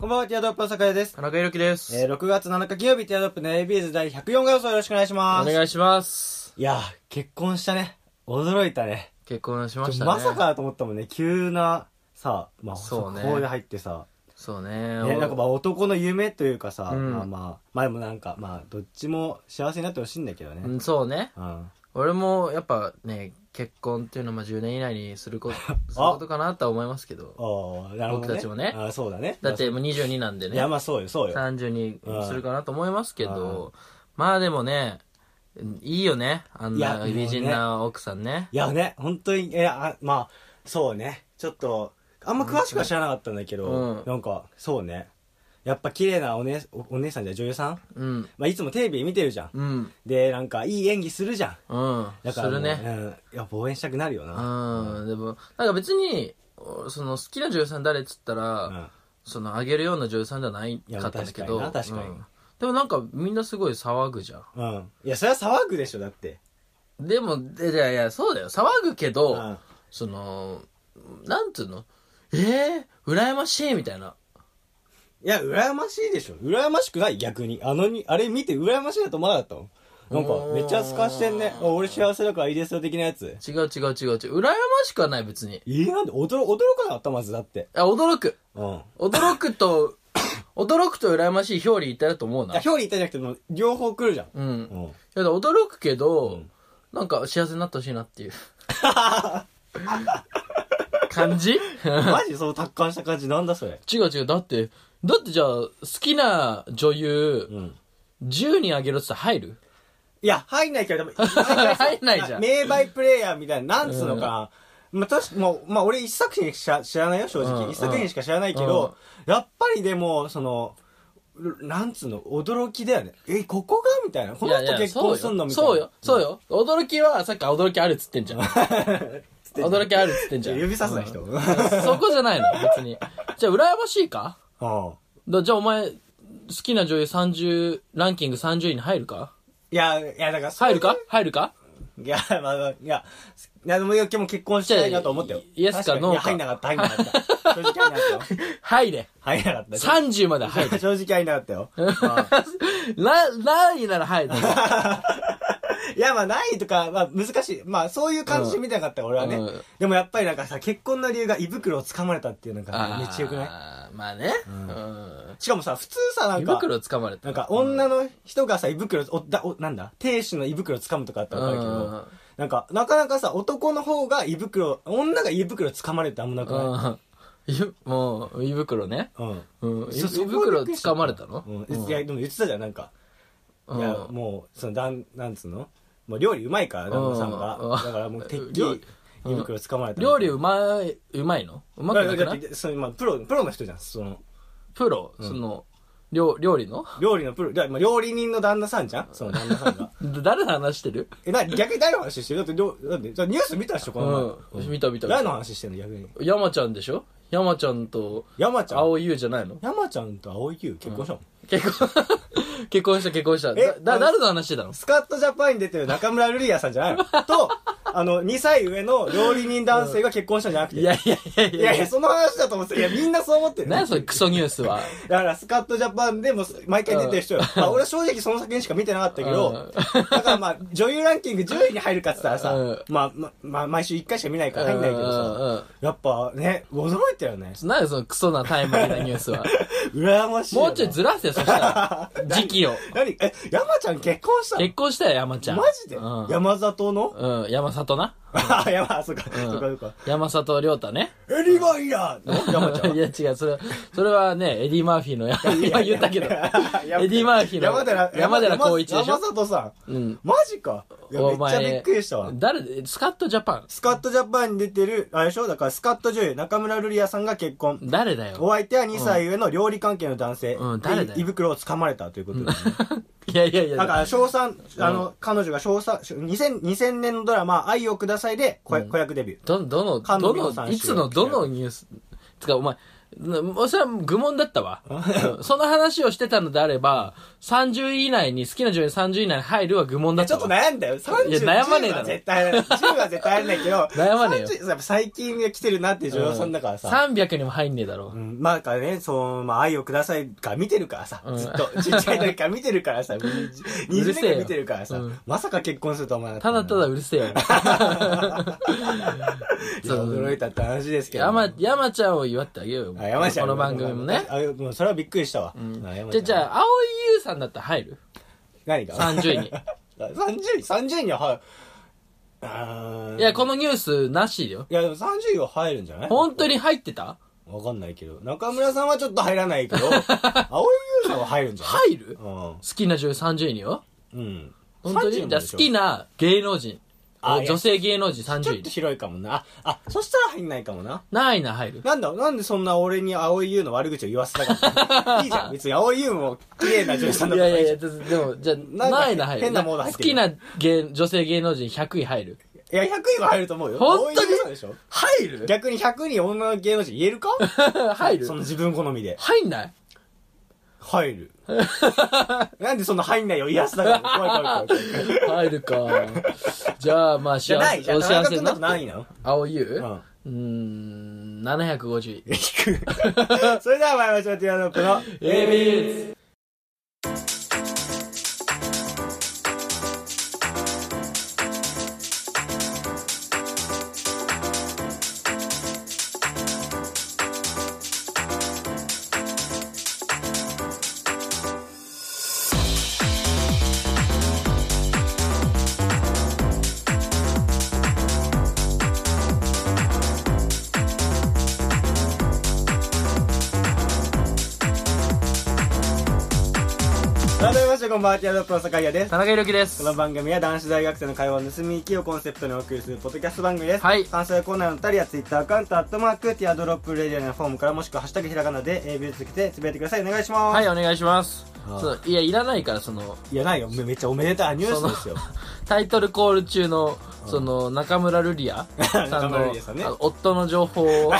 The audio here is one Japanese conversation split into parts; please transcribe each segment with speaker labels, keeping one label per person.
Speaker 1: こんばんは、ティアドロップの酒井です。
Speaker 2: 田中裕樹です、
Speaker 1: えー、6月7日金曜日、ティアドロップの ABS 第104回放送よろしくお願いします。
Speaker 2: お願いします
Speaker 1: いやー、結婚したね。驚いたね。
Speaker 2: 結婚しま
Speaker 1: ち
Speaker 2: し
Speaker 1: ょ
Speaker 2: たね
Speaker 1: まさかだと思ったもんね、急な、さ、まあ、
Speaker 2: そうね
Speaker 1: 速報で入ってさ、
Speaker 2: そうね
Speaker 1: ね、なんかまあ男の夢というかさ、
Speaker 2: うん
Speaker 1: まあまあ、まあでもなんか、まあ、どっちも幸せになってほしいんだけどね。
Speaker 2: う
Speaker 1: うん。
Speaker 2: んそうね俺もやっぱね結婚っていうのはまあ10年以内にする ことすることかなとは思いますけど
Speaker 1: おーなるほど、ね。
Speaker 2: 僕たちもね
Speaker 1: あーそうだね。
Speaker 2: だってもう22なんで
Speaker 1: いや、
Speaker 2: ね
Speaker 1: まあそうよ、そうよ。
Speaker 2: 30に
Speaker 1: うん
Speaker 2: するかなと思いますけどまあでもねいいよねあん
Speaker 1: いやも
Speaker 2: な
Speaker 1: うね
Speaker 2: 美人な奥さんね
Speaker 1: いやね、本当に、え、あ、まあ、そうね。ちょっと、あんま詳しくは知らなかったんだけど、
Speaker 2: うん
Speaker 1: なんか、そうね。やっぱ綺麗なお,、ね、おお姉さんじゃ女優さん、
Speaker 2: うん
Speaker 1: まあ、いつもテレビ見てるじゃん。
Speaker 2: うん
Speaker 1: で、なんか、いい演技するじゃん。
Speaker 2: うん
Speaker 1: だ
Speaker 2: す
Speaker 1: からもう、
Speaker 2: るね
Speaker 1: うん。やっぱ応援したくなるよな。
Speaker 2: うんでもなんか別におその好きな女優さん誰っつったら、
Speaker 1: うん。
Speaker 2: そのあげるような女優さんじゃない
Speaker 1: いや
Speaker 2: かったんだけ
Speaker 1: 確
Speaker 2: ど
Speaker 1: かにな確かに
Speaker 2: うんでもなんかみんなすごい騒ぐじゃん
Speaker 1: うん。いや、それは騒ぐでしょ、だって。
Speaker 2: でもでいやいやそうだよ騒ぐけど、
Speaker 1: うん。
Speaker 2: そのなんつうのえー、羨ましいみたいない
Speaker 1: や、羨ましいでしょ。羨ましくない、逆に。あのに、あれ見て羨ましいなと思わなかったもん。なんか、めっちゃ透かしてんね。あ俺幸せだからいいですよ、的なやつ。
Speaker 2: 違う違う違う違う羨ましくはない別に
Speaker 1: いや、なんで驚、驚かなかった、まず、だって。
Speaker 2: あ驚く
Speaker 1: うん。
Speaker 2: 驚く と驚くと羨ましい表裏一体だと思う
Speaker 1: いや
Speaker 2: な
Speaker 1: 表裏一体じゃなくてもう両方来るじゃん、
Speaker 2: うん、い
Speaker 1: うん、
Speaker 2: やだ驚くけど、
Speaker 1: ん
Speaker 2: なんか幸せになってほしいなっていう 感じ
Speaker 1: マジその達観した感じなんだそれ
Speaker 2: 違う違う。だって、だってじゃあ、好きな女優、
Speaker 1: ん
Speaker 2: 10人あげろって言ったら入る
Speaker 1: いや入んないけどでも
Speaker 2: 入んないじゃん
Speaker 1: 名バイプレイヤーみたいななんつうのかな、まあ、確かもうまあ俺一作品しか知らないよ正直、
Speaker 2: うん
Speaker 1: 一作品しか知らないけど、やっぱりでもそのうなんつうの驚きだよねえここがみたいなこの
Speaker 2: いや
Speaker 1: 人
Speaker 2: いや
Speaker 1: 結婚すんのみたいな
Speaker 2: そうよ。そうよ。そうよ。驚きは、さっき驚きあるっつってんじ ゃん。驚きあるっつってんじゃん。
Speaker 1: 指さすな人、 うん、
Speaker 2: うんそこじゃないの、別に。じゃあ、羨ましいかだじゃあ、お前、好きな女優30、ランキング30位に入るか
Speaker 1: いやいやだからそういう
Speaker 2: 入るか入るか
Speaker 1: いや、まあまあ、いや、いやでも今日も結婚したいなと思ったよ。
Speaker 2: イエスか
Speaker 1: 確に
Speaker 2: ノーか
Speaker 1: いや入んなかった、入んなかった。正直入んなかったよ。
Speaker 2: 入れ。
Speaker 1: 入んなかった。
Speaker 2: 30まで入 る。
Speaker 1: 正直入んなかったよ。
Speaker 2: な、何位なら入る。
Speaker 1: いや、まあ、ないとか、まあ、難しい。まあ、そういう感じで見たかった、俺はね
Speaker 2: うん。
Speaker 1: でもやっぱりなんかさ、結婚の理由が胃袋を掴まれたっていうのがめっちゃ良くない
Speaker 2: あーまあね。うん
Speaker 1: しかもさ、普通さ、なん
Speaker 2: 胃
Speaker 1: か、
Speaker 2: 袋を掴まれた。
Speaker 1: なんか、女の人がさ、胃袋、お、だ、お、なんだ亭主の胃袋掴むとかあったらわかるけ
Speaker 2: う
Speaker 1: ど
Speaker 2: ん、
Speaker 1: なんか、なかなかさ、男の方が胃袋、女が胃袋掴まれるってあんまなくない
Speaker 2: うん。 いもう、胃袋ね。
Speaker 1: うん。
Speaker 2: うん。胃胃
Speaker 1: そそこが
Speaker 2: 袋
Speaker 1: びっくりし
Speaker 2: 掴まれたの
Speaker 1: うん、いやでも言ってたじゃんなんか、
Speaker 2: うん
Speaker 1: いやもうそのだんなんつうのもう料理うまいから旦那さんが、
Speaker 2: うん
Speaker 1: だからもうてっき
Speaker 2: 料理
Speaker 1: り胃袋掴まれた
Speaker 2: 料理うまい、うまいのうまくなく
Speaker 1: だ
Speaker 2: な
Speaker 1: っ
Speaker 2: い
Speaker 1: てそのまあプロプロの人じゃんその
Speaker 2: プロ、その、料料理の
Speaker 1: 料理のプロだからまあ料理人の旦那さんじゃんその旦那さん が
Speaker 2: だ誰の話してる
Speaker 1: えな逆に誰の話してるだってどうだってじゃあニュース見たでしょこの
Speaker 2: う
Speaker 1: 前、
Speaker 2: ん見た見た
Speaker 1: 誰の話してんの逆に
Speaker 2: 山ちゃんでしょ山ちゃんと、
Speaker 1: 山ちゃん
Speaker 2: 青優じゃないの
Speaker 1: 山ちゃんと青井優結婚したの、
Speaker 2: 結婚、 結婚した結婚した。
Speaker 1: え
Speaker 2: だ、だ誰の話してたの
Speaker 1: スカットジャパンに出てる中村ルリアさんじゃないのと、あの、2歳上の料理人男性が結婚したんじゃなくて。
Speaker 2: いやいやいやい
Speaker 1: い
Speaker 2: や
Speaker 1: や
Speaker 2: い
Speaker 1: い
Speaker 2: や
Speaker 1: や、。その話だと思ってたいや、みんなそう思ってる。
Speaker 2: 何それクソニュースは。
Speaker 1: だから、スカットジャパンでも毎回出てる人よ。まあ、俺は正直その作品しか見てなかったけど、だからまあ、女優ランキング10位に入るかって言った
Speaker 2: う
Speaker 1: らさ
Speaker 2: ん、
Speaker 1: まあ、まあ、まあ、毎週1回しか見ないから入んないけど
Speaker 2: うんうんう
Speaker 1: さ
Speaker 2: ん、
Speaker 1: やっぱね、驚いたよね。
Speaker 2: 何そのクソなタイムリーなニュ ースは。
Speaker 1: 羨ましいよ
Speaker 2: も
Speaker 1: な。
Speaker 2: うちょいずらせよ、そし たら。時期を。
Speaker 1: 何え、山ちゃん結婚したの
Speaker 2: 結婚したよ、山ちゃん。
Speaker 1: マジで
Speaker 2: うん。
Speaker 1: 山里の
Speaker 2: うん、山里な。
Speaker 1: あ、山、そっか、そっ
Speaker 2: う
Speaker 1: か、
Speaker 2: ん
Speaker 1: そっか。
Speaker 2: 山里亮太ね。
Speaker 1: エリがいいな山ちゃん
Speaker 2: いや違う、それは、それはね、エディ・マーフィーの、
Speaker 1: いや
Speaker 2: 今
Speaker 1: いや
Speaker 2: 言ったけど、エデ
Speaker 1: や
Speaker 2: ィ・マーフィーの
Speaker 1: 山寺、
Speaker 2: 山寺宏一でし
Speaker 1: 山
Speaker 2: ょ
Speaker 1: 里さん。
Speaker 2: うん
Speaker 1: マジか。いや、めっちゃびっくりしたわ。
Speaker 2: 誰、スカットジャパン。
Speaker 1: スカットジャパンに出てる、あれでしょだからスカット女優、中村ルリアさんが結婚。
Speaker 2: 誰だ
Speaker 1: お
Speaker 2: よ。
Speaker 1: 相手は2歳上の料理関係の男性。
Speaker 2: うん誰だよ
Speaker 1: で胃袋を掴まれたということですね。
Speaker 2: いやいやいや、
Speaker 1: だから、賞賛、あの、彼女が賞賛、2000, 2000年のドラマ、愛をくださいで子子役デビュー。
Speaker 2: ど、どの、
Speaker 1: 菅野美
Speaker 2: ど
Speaker 1: 穂さん
Speaker 2: の、いつの、どのニュース、つか、お前、なそれは愚問だったわ。うんその話をしてたのであれば、 30位以内に、好きな女優30位以内に入るは愚問だっ
Speaker 1: ちょ
Speaker 2: た
Speaker 1: っと
Speaker 2: わ。
Speaker 1: 悩んだよ。30
Speaker 2: いや悩まね
Speaker 1: 10
Speaker 2: えだろ
Speaker 1: は絶対、10は絶対あるんだけど。
Speaker 2: 悩まねえよ
Speaker 1: 30やっぱ最近来てるなっていう女優さんだからさ。
Speaker 2: 300にも入んねえだろ
Speaker 1: う。ん、まあだからね、そう、まあ、愛をくださいから見てるからさ、
Speaker 2: うん
Speaker 1: ずっ と、ちっちゃい時から見てるからさ、20
Speaker 2: うる
Speaker 1: 年
Speaker 2: せえよ
Speaker 1: 間見てるからさ、
Speaker 2: うん
Speaker 1: まさか結婚するとは思わなか
Speaker 2: た
Speaker 1: った
Speaker 2: だただうるせえよ。
Speaker 1: いや驚いたって話ですけど。
Speaker 2: 山、山ちゃんを祝ってあげようよ。
Speaker 1: あ、山ちゃん
Speaker 2: この番組もね。
Speaker 1: あ、もうそれはびっくりしたわ。あ山ち
Speaker 2: じ
Speaker 1: ゃ
Speaker 2: ゃ、
Speaker 1: ん
Speaker 2: じゃあ、青井優さんだったら入る
Speaker 1: 何が
Speaker 2: ?30 位に。
Speaker 1: 30位、30位には入る。あー
Speaker 2: いや、このニュースなしよ。
Speaker 1: いや、でも30位は入るんじゃない
Speaker 2: 本当に入ってた
Speaker 1: わかんないけど。中村さんはちょっと入らないけ ど、青井優さんは入るんじゃない
Speaker 2: 入る
Speaker 1: うん
Speaker 2: 好きな女優30位によ。
Speaker 1: うん。
Speaker 2: 本当
Speaker 1: 30
Speaker 2: に
Speaker 1: も
Speaker 2: じゃあ
Speaker 1: でし
Speaker 2: 好
Speaker 1: ょ
Speaker 2: きな芸能人。
Speaker 1: あいや
Speaker 2: 女性芸能人
Speaker 1: ちょ
Speaker 2: 30
Speaker 1: っ
Speaker 2: 位
Speaker 1: と。広いかもな。あ、あ、そしたら入んないかもな。
Speaker 2: 何位な入る
Speaker 1: なんだ、なんでそんな俺に青井優の悪口を言わせたか ったのいいじゃん。別に青井優も綺麗な女優さん
Speaker 2: い
Speaker 1: だか
Speaker 2: や
Speaker 1: ら
Speaker 2: いやいや、
Speaker 1: い
Speaker 2: ででも、じゃあ、
Speaker 1: なんか
Speaker 2: 何位な入る
Speaker 1: 変なもの入っ
Speaker 2: 好
Speaker 1: てる
Speaker 2: きな芸女性芸能人100位入る。
Speaker 1: や、100位は入ると思うよ。
Speaker 2: 本当に
Speaker 1: 青井優さんでしょ
Speaker 2: 入る
Speaker 1: 逆に100人女の芸能人言えるか
Speaker 2: 入る
Speaker 1: その自分好みで。
Speaker 2: 入んない
Speaker 1: 入 る。なんでそんな入んないよ、癒やしたから。怖い怖い怖い怖い。
Speaker 2: 入るか。じゃあ、まあ、
Speaker 1: じゃ
Speaker 2: 幸
Speaker 1: ない、
Speaker 2: せ、
Speaker 1: じゃ
Speaker 2: お
Speaker 1: あ、田
Speaker 2: 幸
Speaker 1: 中
Speaker 2: せ
Speaker 1: 君だ
Speaker 2: にな
Speaker 1: と
Speaker 2: っ
Speaker 1: 何
Speaker 2: て。
Speaker 1: 位なの
Speaker 2: 青井優
Speaker 1: う。
Speaker 2: うんーん、750位。
Speaker 1: 低く。それでは参りましょう、ティアドロップの。
Speaker 2: ABs!
Speaker 1: 改めまして、こんばんは、ティアドロップの坂井です。
Speaker 2: 田中裕樹です
Speaker 1: こ。の番組は男子大学生の会話を盗み行きをコンセプトにお送りするポッドキャスト番組です。
Speaker 2: はい
Speaker 1: 関西コーナーのタリアツイッターアカウント、アットマーク、ティアドロップレディアのフォームからもしくはハッシュタグひらがなで AB つけてつぶやいてください。お願いします。。
Speaker 2: はいい、お願いします。
Speaker 1: ああ
Speaker 2: そういや、いらないから、その、
Speaker 1: いや、ないよ。めめっちゃおめでたいニュースですよ。
Speaker 2: タイトルコール中の、その、中村ルリアさ
Speaker 1: 中
Speaker 2: ん
Speaker 1: 村ル
Speaker 2: の
Speaker 1: リアさんね、
Speaker 2: あ夫の情報 を、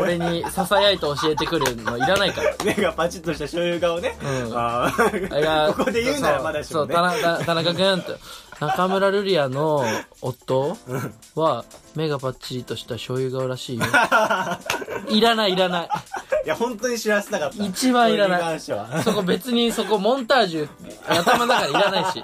Speaker 2: 俺に囁いて教えてくるのいらない から。
Speaker 1: 目がパチッとした醤油顔ね。
Speaker 2: うん
Speaker 1: あ
Speaker 2: あれが
Speaker 1: ー ここで言うならまだし
Speaker 2: そ
Speaker 1: も
Speaker 2: う、
Speaker 1: ね
Speaker 2: 田。中田中君と。中村ルリアの夫は、目がパッチリとした醤油顔らしい よ。いらない、いらない。
Speaker 1: いや、本当に知らせたかった。
Speaker 2: 一番いらない
Speaker 1: これに関しては。
Speaker 2: そこ別にそこモンタージュ、頭の中でいらない し。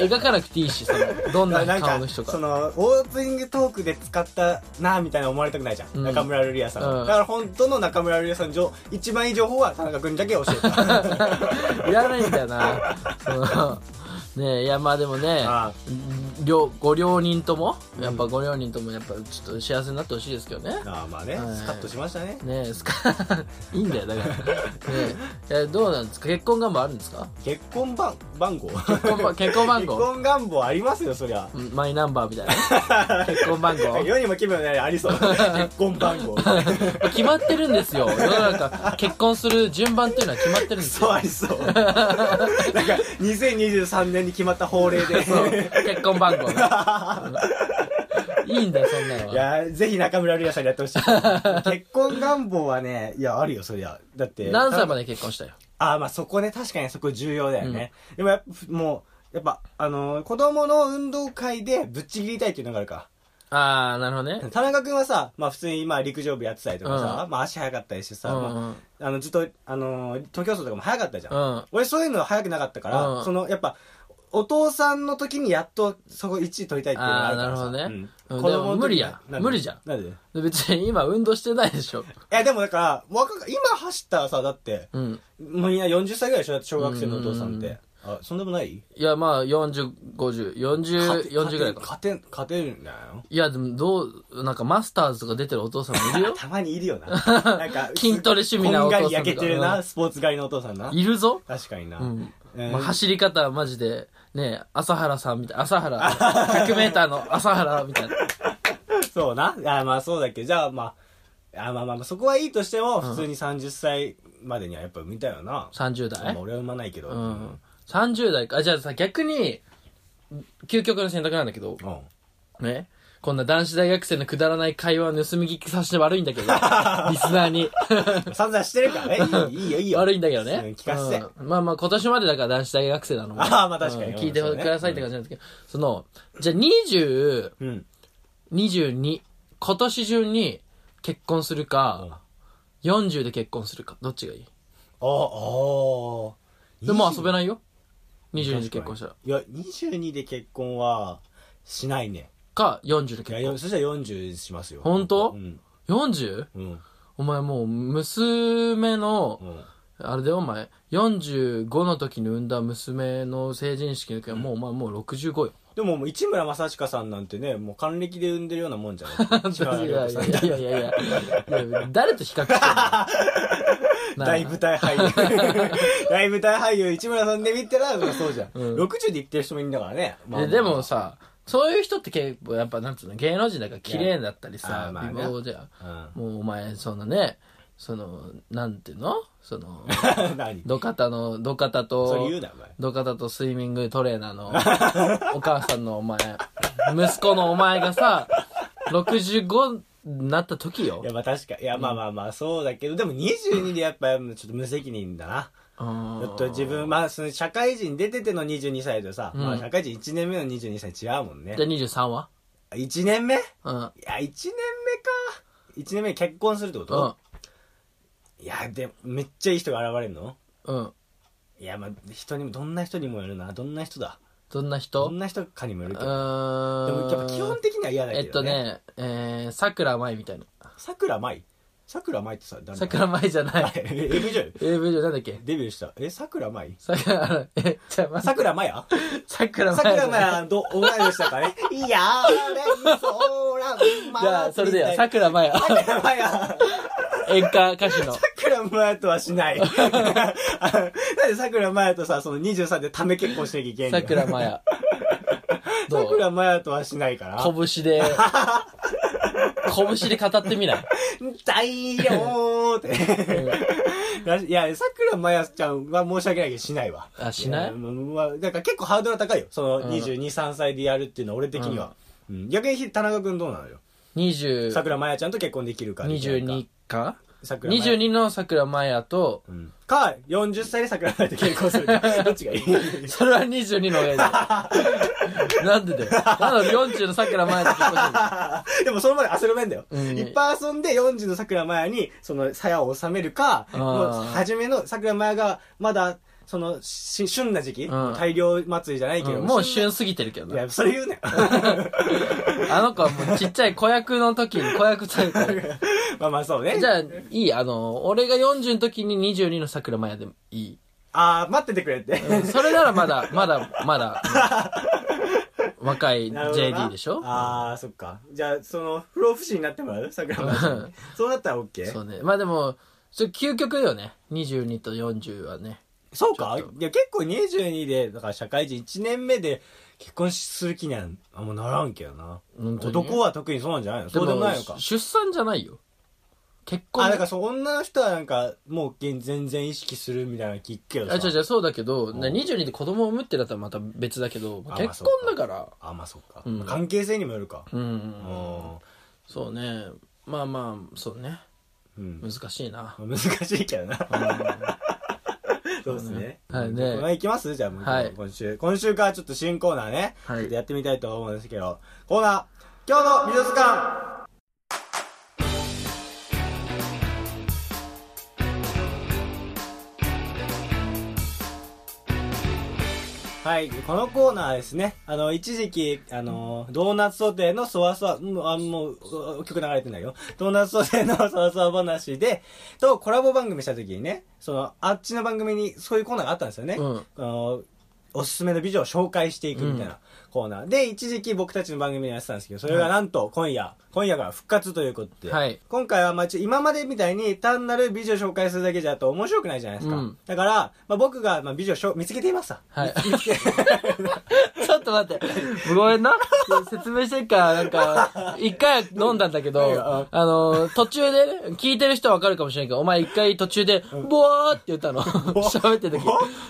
Speaker 2: 描かなくていいし、その、どんな
Speaker 1: なん
Speaker 2: 顔の
Speaker 1: か、
Speaker 2: 人
Speaker 1: そ
Speaker 2: か。
Speaker 1: の、オープニングトークで使ったなみたいな思われたくないじゃん。
Speaker 2: うん
Speaker 1: 中村ルリアさんは、
Speaker 2: うん
Speaker 1: だから本当の中村ルリアさん情、一番いい情報は田中君だけ教えた。
Speaker 2: いらないんだよな。その、ねえ、いや、まあでもね
Speaker 1: ああ、
Speaker 2: 両、ご両人とも、やっぱご両人とも、やっぱちょっと幸せになってほしいですけどね。
Speaker 1: ああ、まあね、
Speaker 2: はい
Speaker 1: スカッとしましたね。
Speaker 2: ねえ、すか、 いいんだよ、だ から。ねえ、いやどうなんですか結婚願望あるんですか
Speaker 1: 結婚番、番号
Speaker 2: 結婚 ば、結婚番
Speaker 1: 結
Speaker 2: 号
Speaker 1: 婚願望ありますよ、そりゃ。
Speaker 2: うんマイナンバーみたいな。結婚 番号
Speaker 1: 世にも奇妙なやりあり そう。結婚番号。
Speaker 2: 決まってるんですよ。世の中、結婚する順番っていうのは決まってるんです
Speaker 1: そう
Speaker 2: よ。
Speaker 1: あり そう。なんか、2023年に決まった法令で。
Speaker 2: そう結婚番号ね。 うんいいんだよ、そんなの
Speaker 1: い
Speaker 2: は。
Speaker 1: やーぜひ中村ルリアさんにやってほしい。 結婚願望はね、いや、あるよ、そりゃ。だって。
Speaker 2: 何歳まで結婚したよ。
Speaker 1: ああ、まあそこね、確かにそこ重要だよね。でもやっぱ、もう、やっぱ、あのー子供の運動会でぶっちぎりたいっていうのがあるか。
Speaker 2: あー、なるほどね。
Speaker 1: 田中君はさ、まあ普通にまあ陸上部やってたりとかさ、まあ足速かったりしてさ、
Speaker 2: うんうん
Speaker 1: まあ、あのずっと、あのー、徒競走とかも速かったじゃん。
Speaker 2: うん
Speaker 1: 俺そういうの速くなかったから、
Speaker 2: うん
Speaker 1: その、やっぱ、お父さんの時にやっとそこ1位取りたいっていうのがあるからさ。
Speaker 2: あーなるほどね
Speaker 1: うん
Speaker 2: うん
Speaker 1: 子供の時
Speaker 2: でも無理や
Speaker 1: なんで
Speaker 2: 無理じゃん
Speaker 1: なんでい
Speaker 2: で別に今運動してないでしょ。
Speaker 1: や、でもだから、若か今走ったらさ、だって、
Speaker 2: うん。
Speaker 1: もうみんな40歳ぐらいでしょだって小学生のお父さんって。あ、そんでもない
Speaker 2: いや、まあ、40、50、40、40ぐらいか。
Speaker 1: 勝てん、勝てるんだよ。
Speaker 2: いや、でも、どう、なんかマスターズとか出てるお父さんもいる よ。
Speaker 1: たまにいるよな。なんか、
Speaker 2: 筋トレ趣味な
Speaker 1: こ
Speaker 2: お
Speaker 1: んが
Speaker 2: 父さんとか
Speaker 1: り焼けてるな、スポーツ狩りのお父さんな。
Speaker 2: いるぞ。
Speaker 1: 確かにな。
Speaker 2: うん
Speaker 1: えー
Speaker 2: まあ、走り方はマジで、ね、朝原さんみたい、朝原、100メーターの朝原みたいな。
Speaker 1: そうな。あまあそうだけど、じゃあまあ、あまあまあまあ、そこはいいとしても、普通に30歳までにはやっぱ産みたいよな。
Speaker 2: 30
Speaker 1: まあ
Speaker 2: 代
Speaker 1: 俺は産まないけど。
Speaker 2: う
Speaker 1: うん。
Speaker 2: ん。30代か。あじゃあさ、逆に、究極の選択なんだけど、ね、こんな男子大学生のくだらない会話を盗み聞きさせて悪いんだけ ど、リスナーに。
Speaker 1: 散々してる からね。いいいいよ、いいよ。
Speaker 2: 悪いんだけどね。
Speaker 1: 聞かせて。
Speaker 2: うんまあまあ今年までだから男子大学生なのも。
Speaker 1: ああまあ確かに
Speaker 2: うん聞いてくださいって感じなんですけど、その、じゃあ20、
Speaker 1: うん。
Speaker 2: 22、今年中に結婚するか、40で結婚するか、どっちがいい
Speaker 1: ああ、あ
Speaker 2: でもう遊べ
Speaker 1: い。
Speaker 2: ないよ。22で結婚したら。
Speaker 1: いや、22で結婚は、しないね。
Speaker 2: か、40で
Speaker 1: いや、
Speaker 2: 結婚。
Speaker 1: よそしたら40しますよ。
Speaker 2: 本当
Speaker 1: うん。
Speaker 2: 40?
Speaker 1: うん。
Speaker 2: お前もう、娘の、
Speaker 1: うん。
Speaker 2: あれだよお前、45の時に産んだ娘の成人式の時はもう、お前もう65よ。
Speaker 1: でももう市村正親さんなんてね、もう還暦で産んでるようなもんじゃない
Speaker 2: い
Speaker 1: 力
Speaker 2: や
Speaker 1: 入
Speaker 2: い
Speaker 1: れ
Speaker 2: や
Speaker 1: て
Speaker 2: い
Speaker 1: さ
Speaker 2: やいやいやいやいや誰と比較してんのな あ
Speaker 1: 大舞台 俳優。大舞台俳優、市村さんで見たら、そうじゃん。
Speaker 2: うん
Speaker 1: 60で言ってる人もいるんだからね。まあ
Speaker 2: ででも、さ、そういう人って結構、やっぱなんつうの、芸能人だから綺麗だったり
Speaker 1: いやあ
Speaker 2: さ
Speaker 1: ー、まあ
Speaker 2: 美
Speaker 1: ね
Speaker 2: 貌じゃん。
Speaker 1: うん。
Speaker 2: もうお前、そのね、その、なんていうの その、
Speaker 1: 何
Speaker 2: 土方の、土方
Speaker 1: それ言う
Speaker 2: と、
Speaker 1: な、お前。
Speaker 2: 土方とスイミングトレーナーの、お母さんのお前、息子のお前がさ、65になった時よ
Speaker 1: いや、。まあ確か、いや、まあまあまあ、そうだけど、でも22でやっぱ、ちょっと無責任だな。ち
Speaker 2: ち
Speaker 1: ょっと自分、まあ、その社会人出てての22歳とさ、
Speaker 2: うん
Speaker 1: まあ社会人1年目の22歳違うもんね
Speaker 2: じ。ゃあ23は
Speaker 1: 1年目い
Speaker 2: うん。
Speaker 1: や、1年目か。1年目に結婚するってこ
Speaker 2: うん
Speaker 1: と、。いや、でも、めっちゃいい人が現れるの
Speaker 2: うん。
Speaker 1: いや、まあ、人にも、どんな人にもよるな。どんな人だ。
Speaker 2: どんな
Speaker 1: ど
Speaker 2: 人
Speaker 1: んな人かにもよる
Speaker 2: う
Speaker 1: けど。で
Speaker 2: ー
Speaker 1: も、
Speaker 2: ん。
Speaker 1: やっぱ基本的には嫌だ
Speaker 2: え
Speaker 1: け
Speaker 2: っ
Speaker 1: ど
Speaker 2: と
Speaker 1: ね。
Speaker 2: ね、えー、桜舞みたいな。
Speaker 1: 桜舞桜舞ってさ、誰だ
Speaker 2: 桜舞じ ゃない。
Speaker 1: え、え、じゃん。
Speaker 2: AV じゃなんだっけ
Speaker 1: デビューした。え、桜舞
Speaker 2: 桜、 え、じゃあ、まあ、
Speaker 1: 桜舞や
Speaker 2: 桜舞。
Speaker 1: 桜舞、ど、同い年だからね。いやーれ、そら、ま
Speaker 2: じゃあ、それでよ、桜舞や。
Speaker 1: 桜舞や。
Speaker 2: 演歌歌手の。
Speaker 1: 桜舞とはしない。なんで桜舞とさ、その23でため結婚しなきゃいけないんだよ
Speaker 2: 桜舞や。どう
Speaker 1: 桜舞とはしないから。
Speaker 2: 拳で、拳で語ってみない。
Speaker 1: 大量ー って。いや、桜まやちゃんは申し訳ないけどしないわ。
Speaker 2: あしない
Speaker 1: やうんまあだから結構ハードルは高いよ。その22、3歳でやるっていうのは俺的には。うん逆に田中君どうなのよ。
Speaker 2: 20、
Speaker 1: 桜まやちゃんと結婚できるか。
Speaker 2: 22か
Speaker 1: 桜舞。
Speaker 2: 22の桜舞やと、
Speaker 1: うん。か、40歳で桜まやと結婚するか。 どっちがいい
Speaker 2: それは22 の上だよ。なんでだよ。なんだろう40の桜前やと結婚してる
Speaker 1: でもそのまで焦るめんだよ。
Speaker 2: うん
Speaker 1: いっぱい遊んで40の桜まやに、その鞘を収めるか、
Speaker 2: あー
Speaker 1: もう初めの桜まやがまだ、その、し旬な時期、
Speaker 2: うん
Speaker 1: 大量祭りじゃ ないけど、
Speaker 2: うんもう
Speaker 1: 旬
Speaker 2: 旬過ぎてるけど
Speaker 1: い
Speaker 2: な。
Speaker 1: や、それ言うね。
Speaker 2: あの子はもうちっちゃい子役の時に、子役タイプ。
Speaker 1: まあまあそうね。
Speaker 2: じゃあ、いい、あの、俺が40の時に22の桜前やでもいい。
Speaker 1: あー、待っててくれって。
Speaker 2: うんそれならまだ、まだ、まだ、 うん若い
Speaker 1: なるほどな
Speaker 2: JD でしょ
Speaker 1: あー、そっか。じゃあ、その、不老不死になってもらう桜まやちゃん
Speaker 2: う
Speaker 1: に。そうなったら OK? そ
Speaker 2: そううね。まあでも、ちょ究極よね。22と40はね。
Speaker 1: そうかいや、結構22で、だから社会人1年目で結婚する気には、あんまならんけどな。
Speaker 2: 本当に
Speaker 1: 男は特にそうなんじゃないのそうでもないのか。
Speaker 2: 出産じゃないよ。結婚。
Speaker 1: あ、なんかそう、女の人はなんか、もう全全然意識するみたいなの聞くけどさ。
Speaker 2: あ、違う違う、そうだけど、な22で子供を産むってなったらまた別だけど、
Speaker 1: あ
Speaker 2: 結婚だから、
Speaker 1: あ、まあそっか。
Speaker 2: うん
Speaker 1: 関係性にもよるか。
Speaker 2: う、
Speaker 1: うんん。
Speaker 2: そうね。まあまあ、そうね。
Speaker 1: うん。
Speaker 2: 難しいな。
Speaker 1: 難しいけどな。そうですね。
Speaker 2: はい
Speaker 1: うん
Speaker 2: ね
Speaker 1: この辺いきますじゃあもう、
Speaker 2: はい
Speaker 1: 今週。今週からちょっと新コーナーね。
Speaker 2: は
Speaker 1: ち
Speaker 2: い
Speaker 1: ょっとやってみたいと思うんですけど。コーナー、今日の美術館はい。このコーナーはですね。あの、一時期、あの、ドーナツソテーのそわそわ、うんあ、もう、う曲流れてないよ。ドーナツソテーのそわそわ話で、とコラボ番組した時にね、その、あっちの番組にそういうコーナーがあったんですよね。
Speaker 2: うん
Speaker 1: あの、おすすめの美女を紹介していくみたいなコーナー。で、一時期僕たちの番組でやってたんですけど、それがなんと今夜、今夜から復活ということで、
Speaker 2: はい
Speaker 1: 今回はまあちょ今までみたいに単なる美女を紹介するだけじゃと面白くないじゃないですか。
Speaker 2: うん
Speaker 1: だから、まあ、僕がまあ美女をしょ見つけていますさ。
Speaker 2: はい。
Speaker 1: 見つけ
Speaker 2: ちょっと待って。ごめんな。説明してるから、なんか、一回飲んだんだけ
Speaker 1: いや
Speaker 2: ど
Speaker 1: あ、
Speaker 2: あの、途中でね、聞いてる人はわかるかもしれないけど、お前一回途中で、ボワーって言ったの。喋ってる時。